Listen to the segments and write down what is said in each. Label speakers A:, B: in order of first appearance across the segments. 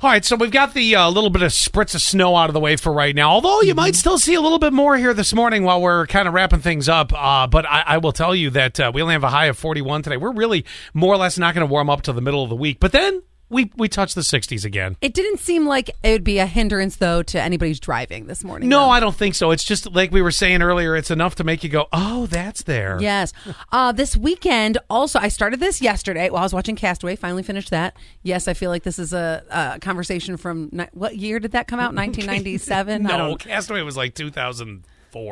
A: All right, so we've got the uh, little bit of spritz of snow out of the way for right now. Although you
B: Mm-hmm.
A: might still see a little bit more here this morning while we're kind of wrapping things up. Uh, but I, I will tell you that uh, we only have a high of 41 today. We're really more or less not going to warm up till the middle of the week. But then we we touch the 60s again.
B: It didn't seem like it would be a hindrance, though, to anybody who's driving this morning.
A: No,
B: though.
A: I don't think so. It's just like we were saying earlier. It's enough to make you go, "Oh, that's there."
B: Yes. Uh, this weekend, also, I started this yesterday while I was watching Castaway. Finally finished that. Yes, I feel like this is a, a conversation from ni- what year did that come out? 1997? I
A: No,
B: don't-
A: Castaway was like 2004.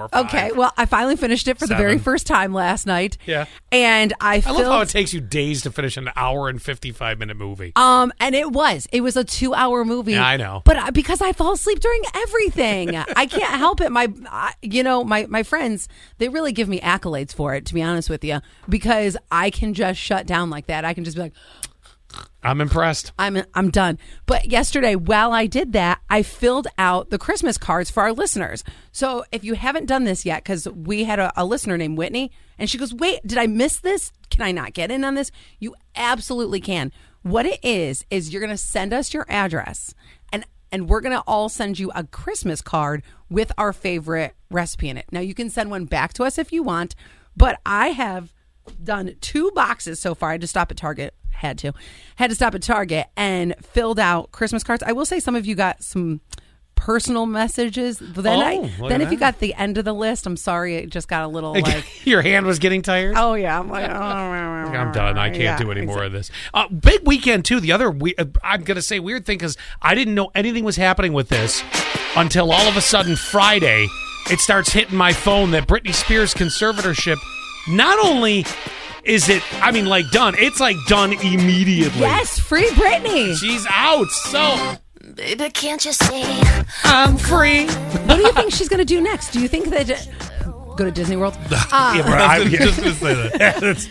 A: five.
B: Okay, well, I finally finished it for the very
A: Seven.
B: first time last night.
A: Yeah.
B: And I,
A: I
B: filled,
A: love how it takes you days to finish an hour and 55 minute movie.
B: Um, and it was. It was a two-hour movie.
A: Yeah, I know.
B: But I, because I fall asleep during everything, I can't help it. My, I, you know, my my friends, they really give me accolades for it. To be honest with you, because I can just shut down like that. I can just be like,
A: I'm impressed.
B: I'm I'm done. But yesterday, while I did that, I filled out the Christmas cards for our listeners. So if you haven't done this yet, because we had a, a listener named Whitney, and she goes, "Wait, did I miss this? Can I not get in on this?" You absolutely can. What it is is you're gonna send us your address, and and we're gonna all send you a Christmas card with our favorite recipe in it. Now you can send one back to us if you want, but I have done two boxes so far. I had to stop at Target. Had to. Had to stop at Target and filled out Christmas cards. I will say some of you got some personal messages. Then
A: Oh,
B: I
A: look
B: then
A: at
B: if you
A: that.
B: got the end of the list, I'm sorry it just got a little like
A: Your hand was getting tired.
B: Oh yeah, I'm like oh,
A: I'm done. I can't
B: yeah,
A: do any more
B: exactly.
A: of this. Uh, big weekend too. The other, we- uh, I'm gonna say weird thing because I didn't know anything was happening with this until all of a sudden Friday it starts hitting my phone that Britney Spears conservatorship. Not only is it, I mean, like done. It's like done immediately.
B: Yes, free Britney.
A: She's out. So
C: Baby, can't you see?
A: I'm free.
B: what do you think she's gonna do next? Do you think that go to Disney World? Uh,
A: I'm
D: just gonna say that.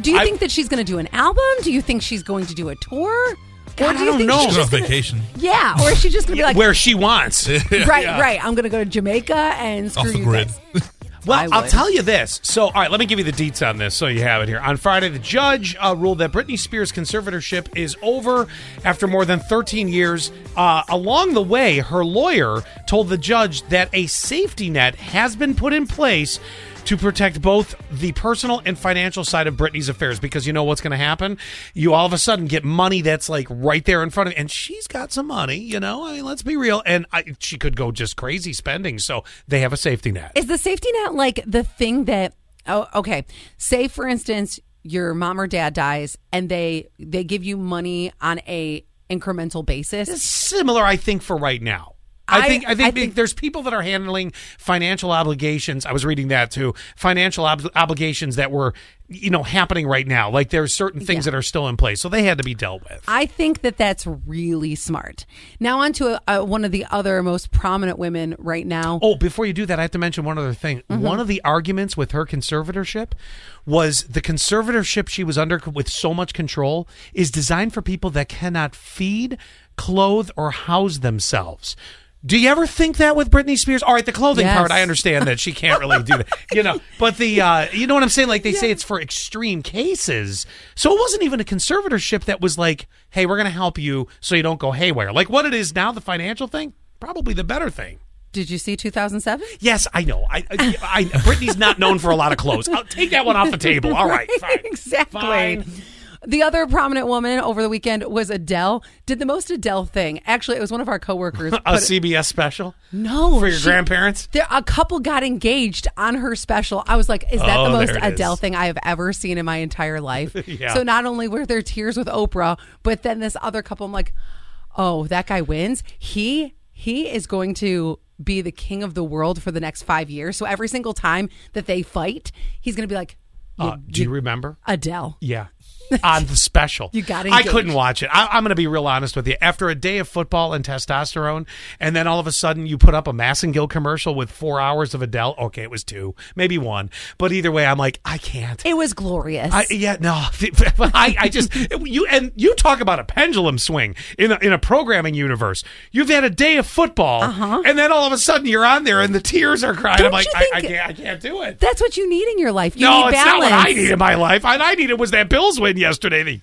B: do you think that she's gonna do an album? Do you think she's going to do a tour? Or do you
A: don't
B: think
A: know.
B: she's
D: She's
B: just
D: on
B: gonna-
D: vacation.
B: Yeah, or is she just gonna be like
A: Where she wants.
B: right, right. I'm gonna go to Jamaica and screw
D: Off the
B: you
D: grid.
B: guys. I
A: Well, I'll
B: would.
A: tell you this. So, all right, let me give you the deets on this so you have it here. On Friday, the judge uh, ruled that Britney Spears' conservatorship is over after more than 13 years. Uh, along the way, her lawyer told the judge that a safety net has been put in place to protect both the personal and financial side of Britney's affairs because you know what's going to happen? You all of a sudden get money that's like right there in front of and she's got some money, you know? I mean, let's be real. And I, she could go just crazy spending. So they have a safety net.
B: Is the safety net like the thing that? Oh, okay. Say for instance, your mom or dad dies, and they they give you money on a incremental basis.
A: similar, I think, for right now. I,
B: I-
A: think I think,
B: I think-
A: there's people that are handling financial obligations. I was reading that too. Financial ob- obligations that were you know happening right now. Like there's certain things that are still in place, so they had to be dealt with.
B: I think that that's really smart. Now on to uh, one of the other most prominent women right now.
A: Oh, before you do that, I have to mention one other thing. One of the arguments with her conservatorship was the conservatorship she was under with so much control is designed for people that cannot feed, clothe, or house themselves. Do you ever think that with Britney Spears? All right, the clothing
B: Yes.
A: part, I understand that she can't really do that, you know. But the, uh, you know what I'm saying? Like they say it's for extreme cases. So it wasn't even a conservatorship that was like, hey, we're going to help you so you don't go haywire. Like what it is now, the financial thing, probably the better thing.
B: Did you see 2007?
A: Yes, I know. I, I, I Britney's not known for a lot of clothes. I'll take that one off the table. All right, fine.
B: exactly.
A: Fine.
B: The other prominent woman over the weekend was Adele. Did the most Adele thing. Actually, it was one of our coworkers.
A: A
B: put-
A: CBS special
B: no,
A: for your
B: she-
A: grandparents.
B: There, a couple got engaged on her special. I was like, is that
A: Oh,
B: the most
A: there it
B: Adele
A: is.
B: thing I have ever seen in my entire life?
A: Yeah.
B: So not only were there tears with Oprah, but then this other couple, I'm like, oh, that guy wins. He he is going to be the king of the world for the next five years. So every single time that they fight, he's going to be like,
A: Uh, do you remember?
B: Adele.
A: Yeah. On the special.
B: You got
A: I
B: engaged.
A: couldn't watch it. I, I'm going to be real honest with you. After a day of football and testosterone, and then all of a sudden you put up a Massengill commercial with four hours of Adele. Okay, it was two, maybe one. But either way, I'm like, I can't.
B: It was glorious.
A: I, yeah, no, I, I just you and you talk about a pendulum swing in a, in a programming universe. You've had a day of football, and then all of a sudden you're on there, and the tears are crying.
B: Uh-huh.
A: I'm
B: Don't
A: like,
B: you
A: I, I
B: think-
A: can't, I can't do it.
B: That's what you need in your life. You
A: no,
B: need
A: it's not
B: balance.
A: what I need in my life. What I needed was that Bills win yesterday.